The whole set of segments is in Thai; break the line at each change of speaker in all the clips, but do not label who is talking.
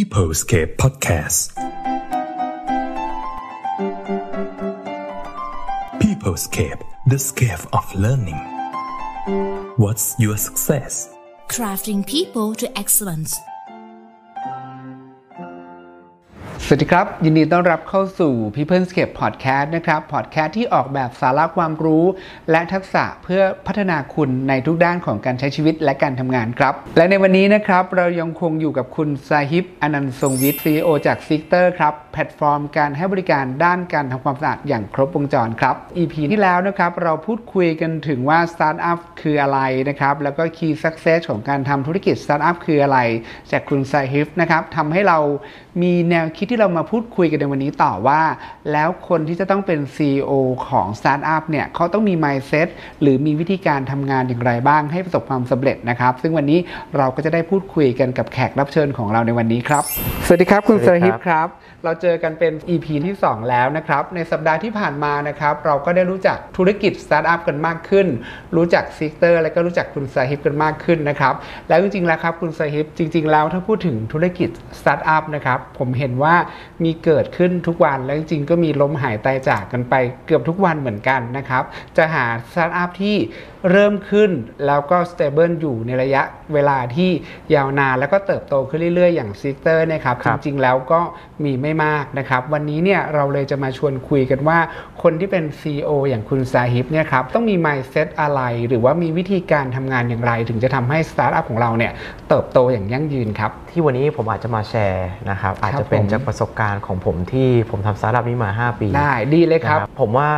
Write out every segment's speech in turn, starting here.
People's Cape Podcast People's Cape The Scale of Learning What's your success
crafting people to excellence
สวัสดีครับ ยินดีต้อนรับเข้าสู่ Peoplescape Podcast นะครับ Podcast ที่ออกแบบสาระความรู้ และทักษะเพื่อพัฒนาคุณในทุกด้านของการใช้ชีวิตและการทำงานครับ และในวันนี้นะครับ เรายังคงอยู่กับคุณซาฮิบอนันต์ทรงวิทย์ CEO จาก s i c t e r ครับ แพลตฟอร์มการให้บริการด้านการทำความสะอาดอย่างครบวงจรครับ EP ที่แล้วนะครับ เราพูดคุยกันถึงว่าสตาร์ทอัพคืออะไรนะครับ แล้วก็ Key Success ของการทำธุรกิจสตาร์ทอัพคืออะไร จากคุณซาฮิฟนะครับทำให้เรามีแนวคิดที่เรามาพูดคุยกันในวันนี้ต่อว่า แล้วคนที่จะต้องเป็น CEO ของสตาร์ทอัพเนี่ยเขาต้องมี mindset หรือมีวิธีการทำงานอย่างไรบ้างให้ประสบความสำเร็จนะครับ ซึ่งวันนี้เราก็จะได้พูดคุยกันกับแขกรับเชิญของเราในวันนี้ครับ สวัสดีครับคุณซาฮิฟครับ เราเจอกันเป็น EP ที่ 2 แล้วนะครับ ในสัปดาห์ที่ผ่านมานะครับ เราก็ได้รู้จักธุรกิจสตาร์ทอัพกันมากขึ้น รู้จักซิกเตอร์ และก็รู้จักคุณซาฮิบกันมากขึ้นนะครับ แล้วจริงๆแล้วครับคุณซาฮิบจริง ๆ แล้วถ้าพูดถึงธุรกิจสตาร์ทอัพนะครับ ผมเห็นว่ามีเกิดขึ้นทุกวัน แล้วจริงๆก็มีล้มหายตายจากกันไปเกือบทุกวันเหมือนกันนะครับ จะหาสตาร์ทอัพที่เริ่มขึ้นแล้วก็สเตเบิลอยู่ในระยะเวลาที่ยาวนานแล้วก็เติบโตขึ้นเรื่อยๆ อย่างซิกเตอร์นะครับ
ครับ
จริงๆแล้วก็มีไม่มากนะครับ วันนี้เนี่ยเราเลยจะมาชวนคุยกันว่า คนที่เป็น CEO อย่างคุณซาฮิบเนี่ยครับต้องมี mindset อะไร หรือว่ามีวิธีการทำงานอย่างไร ถึงจะทำให้สตาร์ทอัพของเราเนี่ยเติบโตอย่างยั่งยืนครับ
ที่วันนี้ผมอาจจะมาแชร์นะครับอาจจะเป็น
ผม
จากประสบการณ์ของผมที่ผมทำสตาร์ทอัพนี้มา 5 ปี
ได้ดีเลย
นะครับ ผมว่า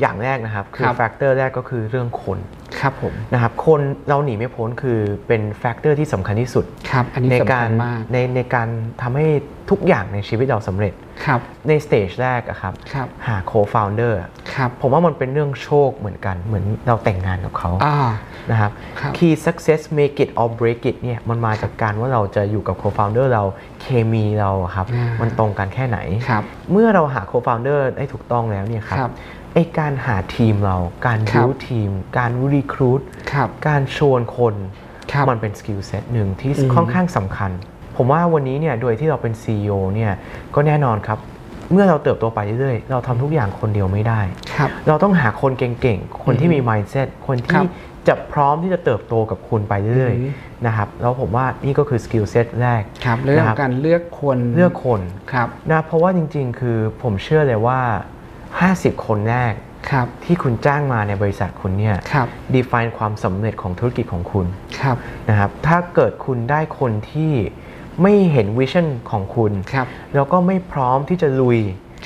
อย่างแรกนะครับ
ค
คือ
รับ
แฟกเตอร์แรกก็คือเรื่องคน
ครับผม
นะครับคนเราหนีไม่พ้นคือเป็นแฟกเตอร์ที่สำคัญที่สุด
ครับอันนี้
ใน
สำ
กา
คั
ร
ญมาก
ในในการทำให้ทุกอย่างในชีวิตเราสำเร็จ
ครับ
ในสเตจแรกอะครับ
ครับ
หาโคฟาวเดอร์
ครับ
ผมว่ามันเป็นเรื่องโชคเหมือนกันเหมือนเราแต่งงานกับเขา
อ่า
นะครับ
ครับ
Key success make it or break it เนี่ยมันมาจากการว่าเราจะอยู่กับ co-founder เราเคมีเราอะครับ
อ่ามั
มันตรงกันแค่ไหน
ครับ
เมื่อเราหา co-founder ได้ถูกต้องแล้วเนี่ยครั
ครับ
บไอการหาทีมเราการ
ครับ
บิวทีม การรีครู t
ครับ
การชวนคน
ครับ
มันเป็นสกิลเซ็ตหนึ่งที่
อืม
ค่อนข้างสำคัญ ผมว่าวันนี้เนี่ยโดยที่เราเป็น CEO เนี่ยก็แน่นอนครับ เมื่อเราเติบโตไปเรื่อยๆ เราทำทุกอย่างคนเดียวไม่ได้
ครับ
เราต้องหาคนเก่งๆ คนที่มี mindset คน
ครั
ที่
บ
จะพร้อมที่จะเติบโตกับคุณไปเรื่อย
อือหื
ๆ นะครับ แล้วผมว่านี่ก็คือ skill set แรก
ครับเรื่อง
นะครับ
การเลือกคน
เลือกคน
ครับ
นะ เพราะว่าจริงๆ คือผมเชื่อเลยว่า 50 คนแรก
ครับ
ที่คุณจ้างมาในบริษัทคุณเนี่ย
ครับ
define ความสำเร็จของธุรกิจของคุณ
ครับ
นะครับ ถ้าเกิดคุณได้คนที่ไม่เห็นวิชั่นของคุณ
ครับ
แล้วก็ไม่พร้อมที่จะลุย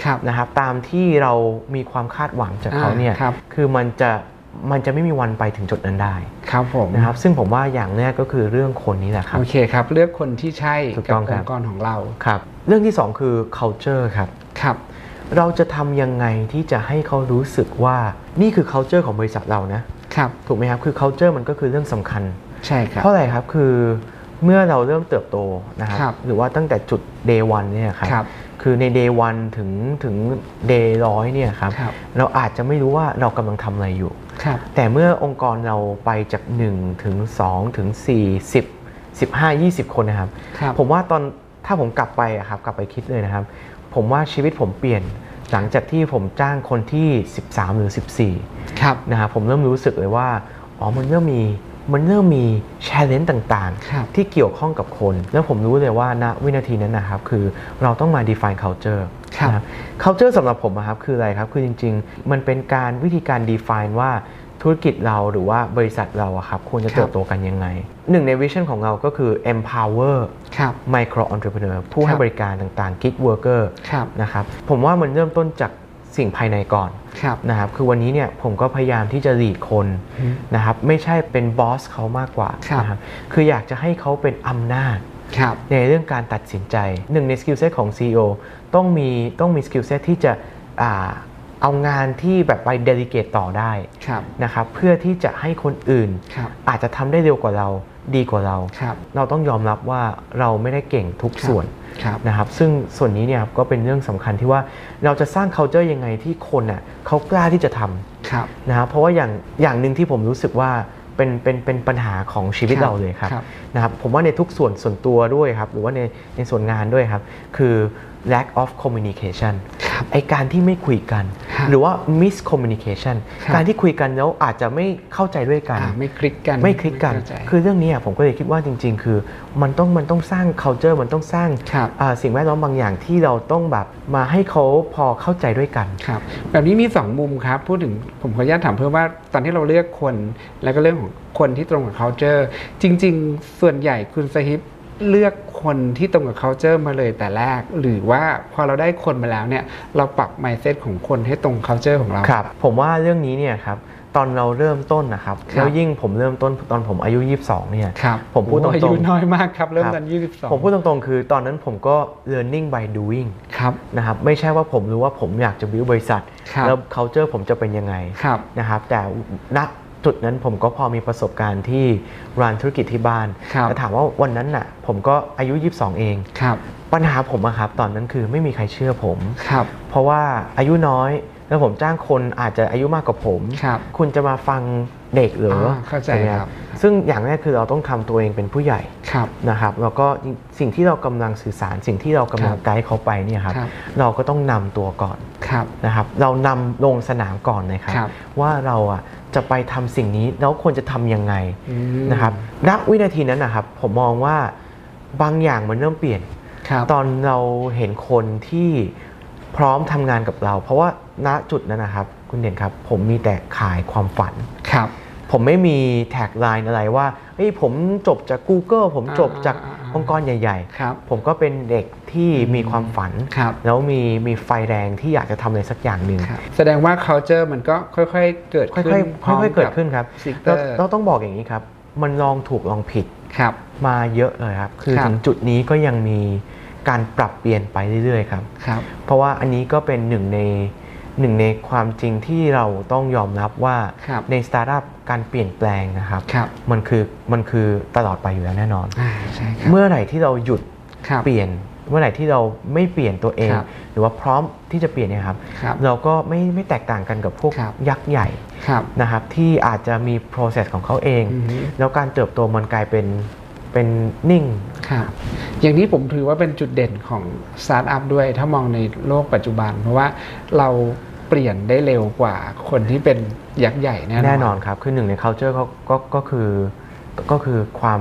ครับ
นะครับตามที่เรามีความคาดหวังจากเขาเนี่ย
อ่าครับ
อมันจะมันจะไม่มีวันไปถึงจุดนั้นได้
ครับผม
นะครับซึ่งผมว่าอย่างแรกก็คือเรื่องคนนี้แหละครับ
โอเคครับ เลือกคนที่ใช่
ถูก
กั
ต้
บ
อง
อ
ครับ
งค์กรของเรา
ครับเรื่องที่ 2 คือ culture ครับ
ครับ
เราจะทำยังไงที่จะให้เขารู้สึกว่านี่คือ culture ของบริษัทเรานะครับ ถูกไหมครับคือ culture มันก็คือเรื่องสำคัญ
ใช่ครับ
เพราะอะไรครับคือเมื่อเราเริ่มเติบโตนะครับ
ครับ
หรือว่าตั้งแต่จุด day one เนี่ยครับ
ครับ
คือใน day one ถึงถึง day ร้อยเนี่ยครับ
ครับ
เราอาจจะไม่รู้ว่าเรากำลังทำอะไรอยู่
ครับ
แต่เมื่อองค์กรเราไปจาก 1 ถึง 2 ถึง 4 10 15 20 คนนะครับ
ครับ
ผมว่าตอนถ้าผมกลับไปอะครับกลับไปคิดเลยนะครับ ผมว่าชีวิตผมเปลี่ยนหลังจากที่ผมจ้างคนที่ 13 หรือ 14
ครับ
นะครับผมเริ่มรู้สึกเลยว่าอ๋อมันเริ่มมีมันเริ่มมีแชร์เลนต่าง
ครับ
ๆ ที่เกี่ยวข้องกับคน แล้วผมรู้เลยว่าณวินาทีนั้นนะครับ คือเราต้องมา define culture
ครับ
นะ culture สำหรับผมอะครับคืออะไรครับ คือจริง ๆ มันเป็นการวิธีการ define ว่าธุรกิจเราหรือว่าบริษัทเราอะครับควรจะ
ครับ
เติบโตกันยังไง หนึ่งในวิชั่นของเราก็คือ empower
ครับ
micro entrepreneur ผู้
ครั
ให้
บ
บริการต่างๆ gig worker
ครับ
นะครับผมว่ามันเริ่มต้นจากสิ่งภายในก่อน
ครับ
นะครับคือวันนี้เนี่ยผมก็พยายามที่จะหลีดคน
อืม
นะครับไม่ใช่เป็นบอสเขามากกว่า
ครับ
นะครับคืออยากจะให้เขาเป็นอำนาจ
ครับ
ในเรื่องการตัดสินใจหนึ่งในสกิลเซตของ CEO ต้องมีต้องมีสกิลเซตที่จะอ่าเอางานที่แบบไปเดลิเกตต่อได้
ครับ
นะครับเพื่อที่จะให้คนอื่น
ครับ
อาจจะทำได้เร็วกว่าเราดีกว่าเรา
ครับ
เราต้องยอมรับว่าเราไม่ได้เก่งทุก
ครับ
ส่วน
ครับ
นะครับซึ่งส่วนนี้เนี่ยครับก็เป็นเรื่องสำคัญที่ว่าเราจะสร้าง culture ยังไงที่คนน่ะเขากล้าที่จะทำ
ครับ
นะครับเพราะว่าอย่างอย่างหนึ่งที่ผมรู้สึกว่า เป็นเป็นเป็นปัญหาของชีวิต
ครับ
เราเลยครับ
ครับ
นะครับ ผมว่าในทุกส่วนส่วนตัวด้วยครับ หรือว่าในในส่วนงานด้วยครับ คือ lack of communication
ครับ
ไอการที่ไม่คุยกัน
ฮะ
หรือว่า miscommunication
ครับ
การที่คุยกันแล้วอาจจะไม่เข้าใจด้วยกัน
อ่าไม่คลิกกัน
ไม่คลิกกัน
เข้าใจ
คือเรื่องนี้อะผมก็เลยคิดว่าจริง ๆ คือมันต้องมันต้องสร้าง culture มันต้องสร้าง
ครับ
อ่าสิ่งแวดล้อมบางอย่างที่เราต้องแบบมาให้เขาพอเข้าใจด้วยกัน
ครับแบบนี้มี 2 มุมครับ พูดถึงผมขออนุญาตถามเพิ่มว่าตอนที่เราเลือกคน แล้วก็เรื่องของคนที่ตรงกับ culture จริง ๆ ส่วนใหญ่คุณสฮิปเลือกคนที่ตรงกับ culture มาเลยแต่แรก หรือว่าพอเราได้คนมาแล้วเนี่ย เราปรับ mindset ของคนให้ตรง culture ของเรา
ครับผมว่าเรื่องนี้เนี่ยครับตอนเราเริ่มต้นนะครับ
ครับ
แล้วยิ่งผมเริ่มต้นตอนผมอายุ 22เนี่ย
ครับ
ผมพูดตรงๆ
โอ้อายุน้อยมากครับเริ่ม
ครับ
ตอน22
ผมพูดตรงๆ คือตอนนั้นผมก็ learning by doing
ครับ
นะครับไม่ใช่ว่าผมรู้ว่าผมอยากจะ build บริษัท
ครับ
แล้ว culture ผมจะเป็นยังไง
ครับ
นะครับแต่ณจุดนั้นผมก็พอมีประสบการณ์ที่รันธุรกิจที่บ้าน
ครับ
แต่ถามว่าวันนั้นน่ะผมก็อายุ 22 เอง
ครับ
ปัญหาผมอะครับตอนนั้นคือไม่มีใครเชื่อผม
ครับ
เพราะว่าอายุน้อยแล้วผมจ้างคนอาจจะอายุมากกว่าผม
ครับ
คุณจะมาฟังเด็กเหรือ
อ่าเข้าใจ
ใช่ไหม
ครับ
ซึ่งอย่างแรกคือเราต้องทำตัวเองเป็นผู้ใหญ่
ครับ
นะครับแล้วก็สิ่งที่เรากำลังสื่อสารสิ่งที่เรากำลั
ค
ง
รับ
ไกด์เขาไปเนี่ยครับ
ครับ
เราก็ต้องนำตัวก่อน
ครับ
นะครับเรานำลงสนามก่อนนะครับ
ครับ
ว่าเราอ่ะจะไปทำสิ่งนี้แล้วควรจะทำยังไง
อืม
นะครับณวินาทีนั้นนะครับผมมองว่าบางอย่างมันเริ่มเปลี่ยน
ครับ
ตอนเราเห็นคนที่พร้อมทำงานกับเรา เพราะว่าณจุดนั้นนะครับ คุณเด่นครับ ผมมีแต่ขายความฝัน
ครับ
ผมไม่มีแท็กไลน์อะไรว่าเฮ้ยผมจบจาก Google ผมจบจาก
อ่าอ่าอ่า
องค์กรใหญ่
ครับ
ๆ ผมก็เป็นเด็กที่มีความฝัน
ครับ
แล้วมีมีไฟแรงที่อยากจะทำอะไรสักอย่างหนึ่ง
ครับแสดงว่า culture มันก็ค่อยๆ เกิด
ค่
ขึ้
อน ยๆ
พร้ม
ค่อยๆเกิดขึ้นครับ
สิ่งเต
เรา
อร์
เราต้องบอกอย่างนี้ครับ มันลองถูกลองผิด
ครับ
มาเยอะเลยครับ คือ
ครับ
ถึงจุดนี้ก็ยังมีการปรับเปลี่ยนไปเรื่อยๆครับ
ครับ
เพราะว่าอันนี้ก็เป็นหนึ่งในหนึ่งในความจริงที่เราต้องยอมรับว่า
ครับ
ในสตาร์ทอัพการเปลี่ยนแปลงนะครับ
ครับ
มันคือมันคือตลอดไปอยู่แล้วแน่นอน
อ่าใช่ครับ
เมื่อไหร่ที่เราหยุด
ครับ
เปลี่ยน เมื่อไหร่ที่เราไม่เปลี่ยนตัวเอง
ครับ
หรือว่าพร้อมที่จะเปลี่ยนเนะครับ
ครับ
เราก็ไม่ไม่แตกต่างกันกับพวก
ครับ
ยักษ์ใหญ่
ครับ
นะครับ ที่อาจจะมี process ของเขาเอง
อือฮึ
แล้วการเติบโตมันกลายเป็นเป็นนิ่ง
ครับ อย่างนี้ผมถือว่าเป็นจุดเด่นของสตาร์ทอัพด้วย ถ้ามองในโลกปัจจุบัน เพราะว่าเราเปลี่ยนได้เร็วกว่าคนที่เป็นยักษ์ใหญ่แน่นอน
แน่นอนครับ คือหนึ่งใน culture เขาก็ก็คือก็คือความ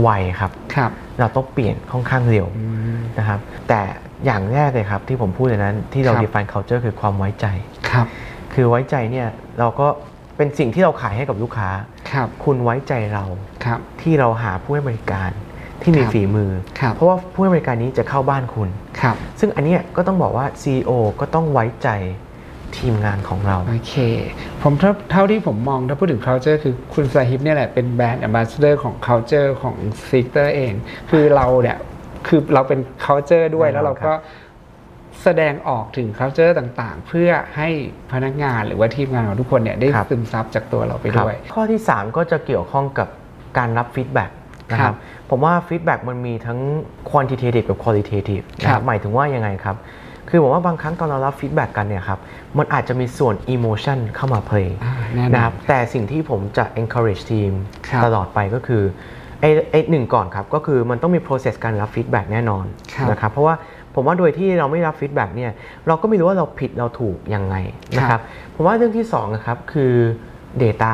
ไวครับ
ครับ
เราต้องเปลี่ยนค่อนข้างเร็ว
อืม
นะครับ แต่อย่างแรกเลยครับที่ผมพูดเลยนั้นที่เรา
ครับ
define culture คือความไว้ใจ
ครับ
คือไว้ใจเนี่ยเราก็เป็นสิ่งที่เราขายให้กับลูกค้า
ครับ
คุณไว้ใจเรา
ครับ
ที่เราหาผู้ให้บริการที่มี
ครับ
ฝีมือ
ครับ
เพราะว่าผู้ให้บริการนี้จะเข้าบ้านคุณ
ครับ
ซึ่งอันเนี้ยก็ต้องบอกว่า CEO ก็ต้องไว้ใจทีมงานของเรา
โอเค ผมเท่าเท่าที่ผมมองถ้าพูดถึง culture คือคุณซาฮิปเนี่ยแหละเป็นแบรนด์ ambassador ของ culture ของ sector เอง คือเราเนี่ย คือเราเป็น culture ด้วย
แน่นอน
แล้วเรา
ครั
ก็
บ
แสดงออกถึง culture ต่างๆ เพื่อให้พนักงานหรือว่าทีมงานของทุกคนเนี่ยได้ซึมซับจากตัวเราไปด้วย
ครับข้อที่ 3 ก็จะเกี่ยวข้องกับการรับฟีดแบ็กนะค
ครั
รั
บบ
ผมว่าฟีดแบ็กมันมีทั้ง quantitative กับ qualitative นะค
ครั
รั
บบ
หมายถึงว่ายังไงครับ คือผมว่าบางครั้งตอนเรารับฟีดแบ็กกันเนี่ยครับมันอาจจะมีส่วน emotion เข้ามา play
อ่าแน่นอน
นะครับแต่สิ่งที่ผมจะ encourage ทีม
ครับ
ตลอดไปก็คือไอ้ไอ้หนึ่งก่อนครับ ก็คือมันต้องมี process การรับฟีดแบ็กแน่นอน
ครับ
นะครับเพราะว่าผมว่าโดยที่เราไม่รับฟีดแบ็กเนี่ยเราก็ไม่รู้ว่าเราผิดเราถูกยังไงนะ
ค
ค
รั
รับ บผมว่าเรื่องที่สองนะครับคือ data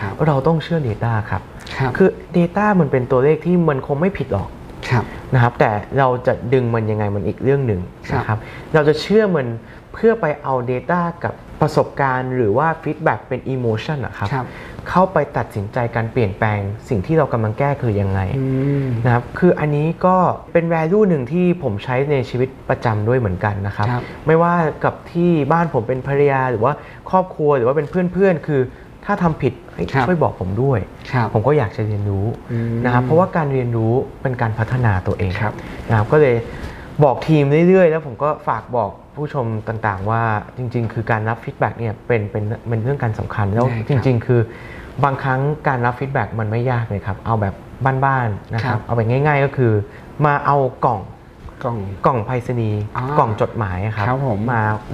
ครับ
เราต้องเชื่อ Data ครับ
ครับ
คือ Data มันเป็นตัวเลขที่มันคงไม่ผิดหรอก
ครับ
นะครับ แต่เราจะดึงมันยังไงมันอีกเรื่องหนึ่ง
ครับ
นะครับ เราจะเชื่อมันเพื่อไปเอา Data กับประสบการณ์หรือว่า Feedback เป็น Emotion นะครับ
ครับ
เข้าไปตัดสินใจการเปลี่ยนแปลงสิ่งที่เรากำลังแก้คือยังไง
อืม
นะครับ คืออันนี้ก็เป็น value หนึ่งที่ผมใช้ในชีวิตประจำด้วยเหมือนกันนะครับ
ครับ
ไม่ว่ากับที่บ้านผมเป็นภรรยาหรือว่าครอบครัวหรือว่าเป็นเพื่อนๆ คือถ้าทำผิดเฮ้ย
ครับ
ช่วยบอกผมด้วย
ครับ
ผมก็อยากจะเรียนรู้
อืม
นะครับเพราะว่าการเรียนรู้เป็นการพัฒนาตัวเอง
ครับ
นะครับก็เลยบอกทีมเรื่อยๆ แล้วผมก็ฝากบอกผู้ชมต่างๆ ว่าจริง ๆ คือการรับฟีดแบ็กเนี่ยเป็นเป็นเป็นเรื่องการสำคัญแล้ว
ใช่ครับ
จริง ๆ คือบางครั้งการรับฟีดแบ็กมันไม่ยากเลยครับ เอาแบบบ้านๆนะค
ครั
รั
บบ
เอาแบบง่าย ๆ ก็คือ มาเอากล่อง
กล่อง
กล่องไปรษณีย์
อ่าก
ล่องจดหมายอะครั
ครับผม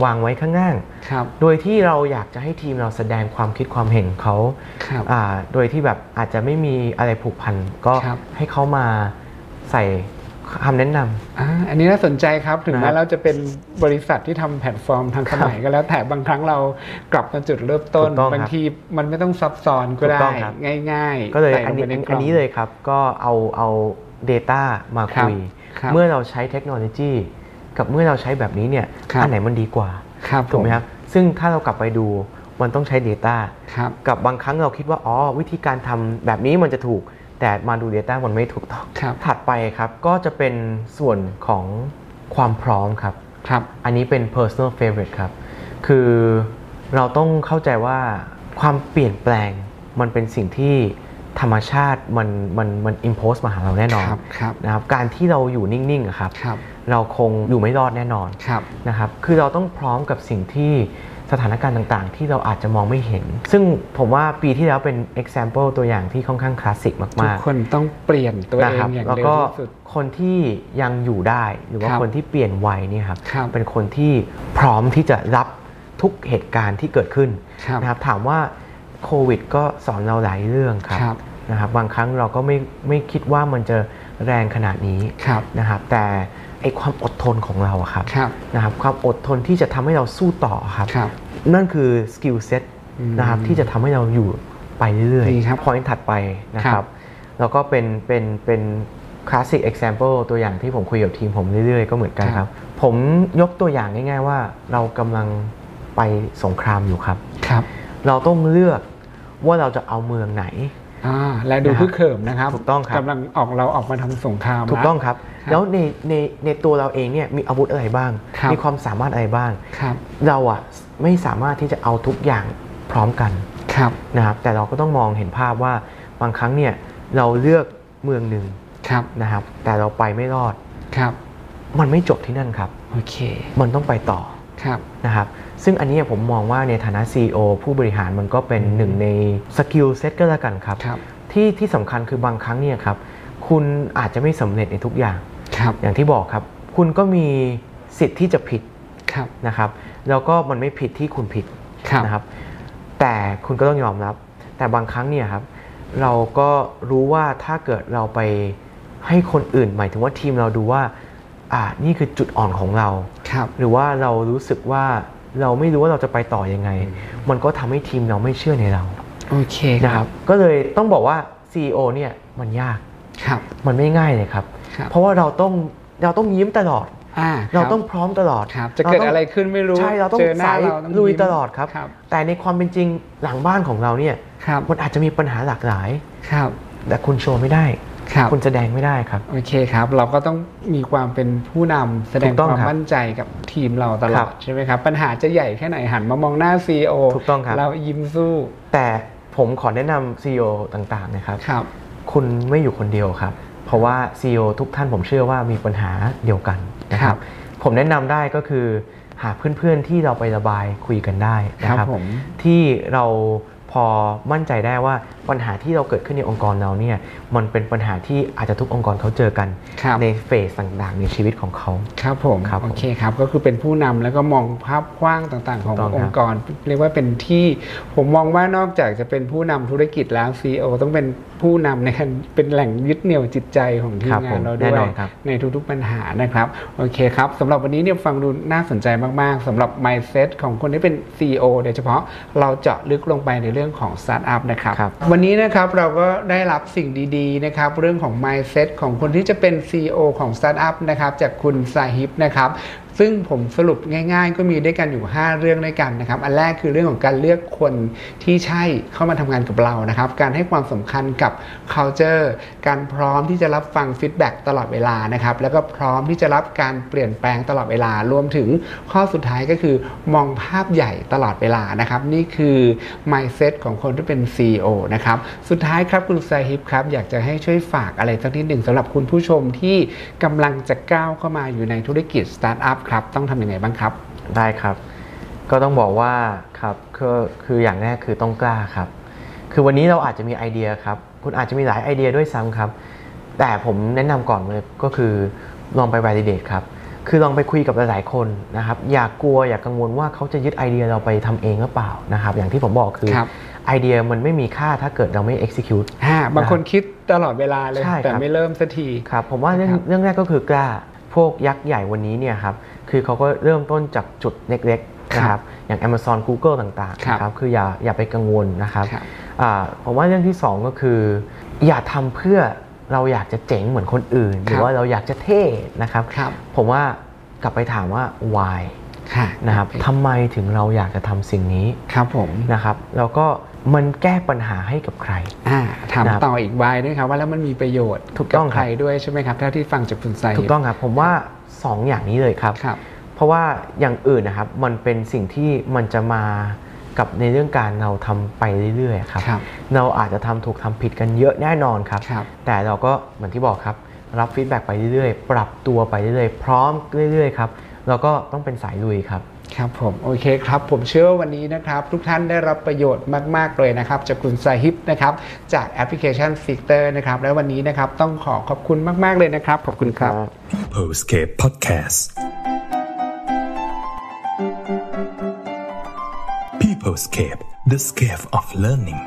วางไว้ข้างล่าง
ครับ
โดยที่เราอยากจะให้ทีมเราแสดงความคิดความเห็นเขา
ครับ
อ่าโดยที่แบบอาจจะไม่มีอะไรผูกพันก็
ครับ
ให้เขามาใส่คำแนะนำ
อ่าอันนี้น่าสนใจครับถึง
นะ
แม้เราจะเป็นบริษัทที่ทำแพลตฟอร์มทางสมัยก็แล้วแต่บางครั้งเรากลับมาจุดเริ่มต้น
ถูกต้องครับ
บางทีมันไม่ต้องซับซ้อนก็ได้
ถูกต้องครับ
ง่ายๆ
ก็เลย
ใส่
อันนี้
งไป
อัน
ใก
อั
ล่
น
ง
นี้เลยครับก็เอาเอา Data มา
ครับ
คุย
ครับ
เมื่อเราใช้เทคโนโลยี กับเมื่อเราใช้แบบนี้เนี่ย
ครับ
อันไหนมันดีกว่า
ครับ
ถูกไหม
ผ
ครับซึ่งถ้าเรากลับไปดูมันต้องใช้ Data
ครับ
กับบางครั้งเราคิดว่าอ๋อวิธีการทำแบบนี้มันจะถูก แต่มาดู Data มันไม่ถูกต้อง
ครับ
ถัดไปครับก็จะเป็นส่วนของความพร้อมครับ
ครับ
อันนี้เป็น personal favorite ครับ คือเราต้องเข้าใจว่าความเปลี่ยนแปลงมันเป็นสิ่งที่ธรรมชาติมันมันมัน impose มาหาเราแน่นอน
ครับครับ
นะครับ การที่เราอยู่นิ่งๆอะครับ
ครับ
เราคงอยู่ไม่รอดแน่นอน
ครับ
นะครับ คือเราต้องพร้อมกับสิ่งที่สถานการณ์ต่างๆ ที่เราอาจจะมองไม่เห็น ซึ่งผมว่าปีที่แล้วเป็น example ตัวอย่างที่ค่อนข้างคลาสสิก
ทุก
มากๆ
คนต้องเปลี่ยนตัว
นะ
เอง
ครับ
อย่าง
แล้ว
เร็ว
ก็
ที่สุด
คนที่ยังอยู่ได้หรือว่า
ครับ
คนที่เปลี่ยนวัยเนี่ยครับ
ครับ
เป็นคนที่พร้อมที่จะรับทุกเหตุการณ์ที่เกิดขึ้น
ครับ
นะครับถามว่าโควิดก็สอนเราหลายเรื่องครับ
ครับ
นะครับบางครั้งเราก็ไม่ไม่คิดว่ามันจะแรงขนาดนี้
ครับ
นะครับแต่ไอความอดทนของเราอะครับ
ครับ
นะครับความอดทนที่จะทำให้เราสู้ต่อครับ
ครับ
นั่นคือสกิลเซ็ต
อืม
นะครับที่จะทำให้เราอยู่ไปเรื่อย
ดีครับ
พอยต์ถัดไปนะค
ครั
รับบ แล้วก็เป็นเป็นเป็นคลาสสิก example ตัวอย่างที่ผมคุยกับทีมผมเรื่อยๆ ก็เหมือนกันครับ ผมยกตัวอย่างง่ายๆว่าเรากำลังไปสงครามอยู่ครับ
ครับ
เราต้องเลือกว่าเราจะเอาเมืองไหน
อ่าและดู
นะครับ
พื้เขิมนะครับ
ถูกต้องครับ
กำลังออกเราออกมาทำสงคราม
ถูก
ละ
ต้องครับ แล้วในในในตัวเราเองเนี่ยมีอาวุธอะไรบ้าง
ครับ
มีความสามารถอะไรบ้าง
ครับ
เราอะไม่สามารถที่จะเอาทุกอย่างพร้อมกัน
ครับ
นะครับแต่เราก็ต้องมองเห็นภาพว่าบางครั้งเนี่ยเราเลือกเมืองหนึ่ง
ครับ
นะครับ แต่เราไปไม่รอด
ครับ
มันไม่จบที่นั่นครับ
โอเค
มันต้องไปต่อ
ครับ
นะครับ ซึ่งอันนี้ผมมองว่าในฐานะ CEO ผู้บริหารมันก็เป็นหนึ่งในสกิลเซ็ตก็แล้วกันครับ
ครับ
ที่ที่สำคัญคือบางครั้งเนี่ยครับ คุณอาจจะไม่สำเร็จในทุกอย่าง
ครับ
อย่างที่บอกครับ คุณก็มีสิทธิ์ที่จะผิด
ครับ
นะครับ แล้วก็มันไม่ผิดที่คุณผิด
ครับ
นะครับแต่คุณก็ต้องยอมรับ แต่บางครั้งเนี่ยครับเราก็รู้ว่าถ้าเกิดเราไปให้คนอื่นหมายถึงว่าทีมเราดูว่าอ่านี่คือจุดอ่อนของเรา
ครับ
หรือว่าเรารู้สึกว่าเราไม่รู้ว่าเราจะไปต่อยังไง มันก็ทำให้ทีมเราไม่เชื่อในเรา
โอเค
นะครับก็เลยต้องบอกว่า CEO เนี่ยมันยาก
ครับ
มันไม่ง่ายเลยครับ
ครับ
เพราะว่าเราต้องเราต้องยิ้มตลอด
อ่า
เรา
คบ
ต้องพร้อมตลอด
ครับ จะเกิด
าต้ง
อะไรขึ้นไม่รู้
ใช่เราต้อง
จอหน้า
สาย
เราต้อง
ลุย
ม
ตลอดครับ
ครับ
แต่ในความเป็นจริงหลังบ้านของเราเนี่ย
ครับ
มันอาจจะมีปัญหาหลากหลาย
ครับ
แต่คุณโชว์ไม่ได้
ครับ
คุณแสดงไม่ได้ครับ
โอเคครับ เราก็ต้องมีความเป็นผู้นำแสดง
ถูกต้อง
ความ
ครับ
มั่นใจกับทีมเราตล
ครั
อบ ดใช่ไหมครับ ปัญหาจะใหญ่แค่ไหนหันมามองหน้า CEO
ถูกต้องครับ
เรายิ้มสู้
แต่ผมขอแนะนำ CEO ต่างๆนะครับ
ครับ
คุณไม่อยู่คนเดียวครับ เพราะว่า CEO ทุกท่านผมเชื่อว่ามีปัญหาเดียวกันนะค
ครั
รั
บ
บผมแนะนำได้ก็คือหาเพื่อนๆที่เราไประบายคุยกันได้
ค
นะ
รับ
ครับ
ผม
ที่เราพอมั่นใจได้ว่าปัญหาที่เราเกิดขึ้นในองค์กรเราเนี่ยมันเป็นปัญหาที่อาจจะทุกองค์กรเขาเจอกัน
ครับ
ในเฟสต่างๆ ในชีวิตของเขา
ครับผม
ครับผม
โอเคครับก็คือเป็นผู้นำแล้วก็มองภาพกว้างต่างๆ ของ
ถูกต้องครับ
องค์กร เรียกว่าเป็นที่ผมมองว่านอกจากจะเป็นผู้นำธุรกิจแล้ว CEO ต้องเป็นผู้นำในการเป็นแหล่งยึดเหนี่ยวจิตใจของทีม
ครับ
งา
ผ
น
ม
เรา
แน่
ด้วนย
อนครับ
ในทุกๆปัญหานะครับโอเคครับสำหรับวันนี้เนี่ยฟังดูน่าสนใจมากๆสำหรับ mindset ของคนที่เป็น CEO โดยเฉพาะเราเจาะลึกลงไปในเรื่องของ startup นะครับ
ครับ
วันนี้นะครับเราก็ได้รับสิ่งดีๆนะครับเรื่องของ mindset ของคนที่จะเป็น CEO ของ Startup นะครับจากคุณซาฮิบนะครับซึ่งผมสรุปง่ายๆ ก็มีด้วยกันอยู่ 5 เรื่องด้วยกันนะครับอันแรกคือเรื่องของการเลือกคนที่ใช่เข้ามาทำงานกับเรานะครับการให้ความสำคัญกับ culture การพร้อมที่จะรับฟัง feedback ตลอดเวลานะครับแล้วก็พร้อมที่จะรับการเปลี่ยนแปลงตลอดเวลารวมถึงข้อสุดท้ายก็คือมองภาพใหญ่ตลอดเวลานะครับนี่คือ mindset ของคนที่เป็น CEO นะครับ สุดท้ายครับคุณไซฮิปครับ อยากจะให้ช่วยฝากอะไรสักนิดหนึ่งสำหรับคุณผู้ชมที่กำลังจะก้าวเข้ามาอยู่ในธุรกิจสตาร์ทอัพครับ ต้องทำยังไงบ้างครับ
ได้ครับ ก็ต้องบอกว่าครับคือคืออย่างแรกคือต้องกล้าครับ คือวันนี้เราอาจจะมีไอเดียครับ คุณอาจจะมีหลายไอเดียด้วยซ้ำครับ แต่ผมแนะนำก่อนเลยก็คือ ลองไป validate ครับ คือลองไปคุยกับหลายๆคนนะครับ อย่ากลัวอย่ากกังวลว่าเขาจะยึดไอเดียเราไปทำเองหรือเปล่านะครับ อย่างที่ผมบอกคือ
ครับ
ไอเดียมันไม่มีค่าถ้าเกิดเราไม่ execute
อ่าบางคนคิดตลอดเวลาเลย
ใช่ครับ
แต่ไม่เริ่มสักที
ครับผมว่าเรื่อง
ครับ
เรื่องแรกก็คือกล้าพวกยักษ์ใหญ่วันนี้เนี่ยครับคือเขาก็เริ่มต้นจากจุดเล็กๆนะค
ครั
รับบ อย่าง Amazon Google ต่างๆ
ครับ
นะคืออย่าอย่าไปกังวลนะครับ
ครับ
อ่าผมว่าเรื่องที่สองก็คือ อย่าทำเพื่อเราอยากจะเจ๋งเหมือนคนอื่น หรือว่าเราอยากจะเท่นะครับ
ครับ
ผมว่ากลับไปถามว่า why
ค่ะ
นะครับทำไมถึงเราอยากจะทำสิ่งนี้
ครับผม
นะครับแล้วก็มันแก้ปัญหาให้กับใคร
อ่าถาม
นะครับ
ต่ออีกไว้ด้วยครับว่าแล้วมันมีประโยชน์
ถูกต้อง
บ
ครับ
ใครด้วยใช่ไหมครับเท่าที่ฟังจากคุณไซ
ถูกต้องครับผมว่าสองอย่างนี้เลยครับ
ครับ
เพราะว่าอย่างอื่นนะครับมันเป็นสิ่งที่มันจะมากับในเรื่องการเราทำไปเรื่อยๆครับ
ครับ
เราอาจจะทำถูกทำผิดกันเยอะแน่นอนครับ
ครับ
แต่เราก็เหมือนที่บอกครับ รับฟีดแบ็กไปเรื่อยๆ ปรับตัวไปเรื่อยๆ พร้อมเรื่อยๆครับแล้วก็ต้องเป็นสายลุยครับ
ครับผมโอเคครับผมเชื่อว่าวันนี้นะครับ ทุกท่านได้รับประโยชน์มาก ๆ เลยนะครับ จากคุณซาฮิบนะครับ จากแอปพลิเคชัน s e e k e r นะครับ และวันนี้นะครับ ต้องขอขอบคุณมาก ๆ เลยนะครับ ขอบคุณครับ
Peoplescape Podcast. Peoplescape, the scale of learning.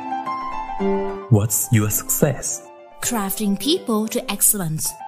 What's your success?
Crafting people to excellence.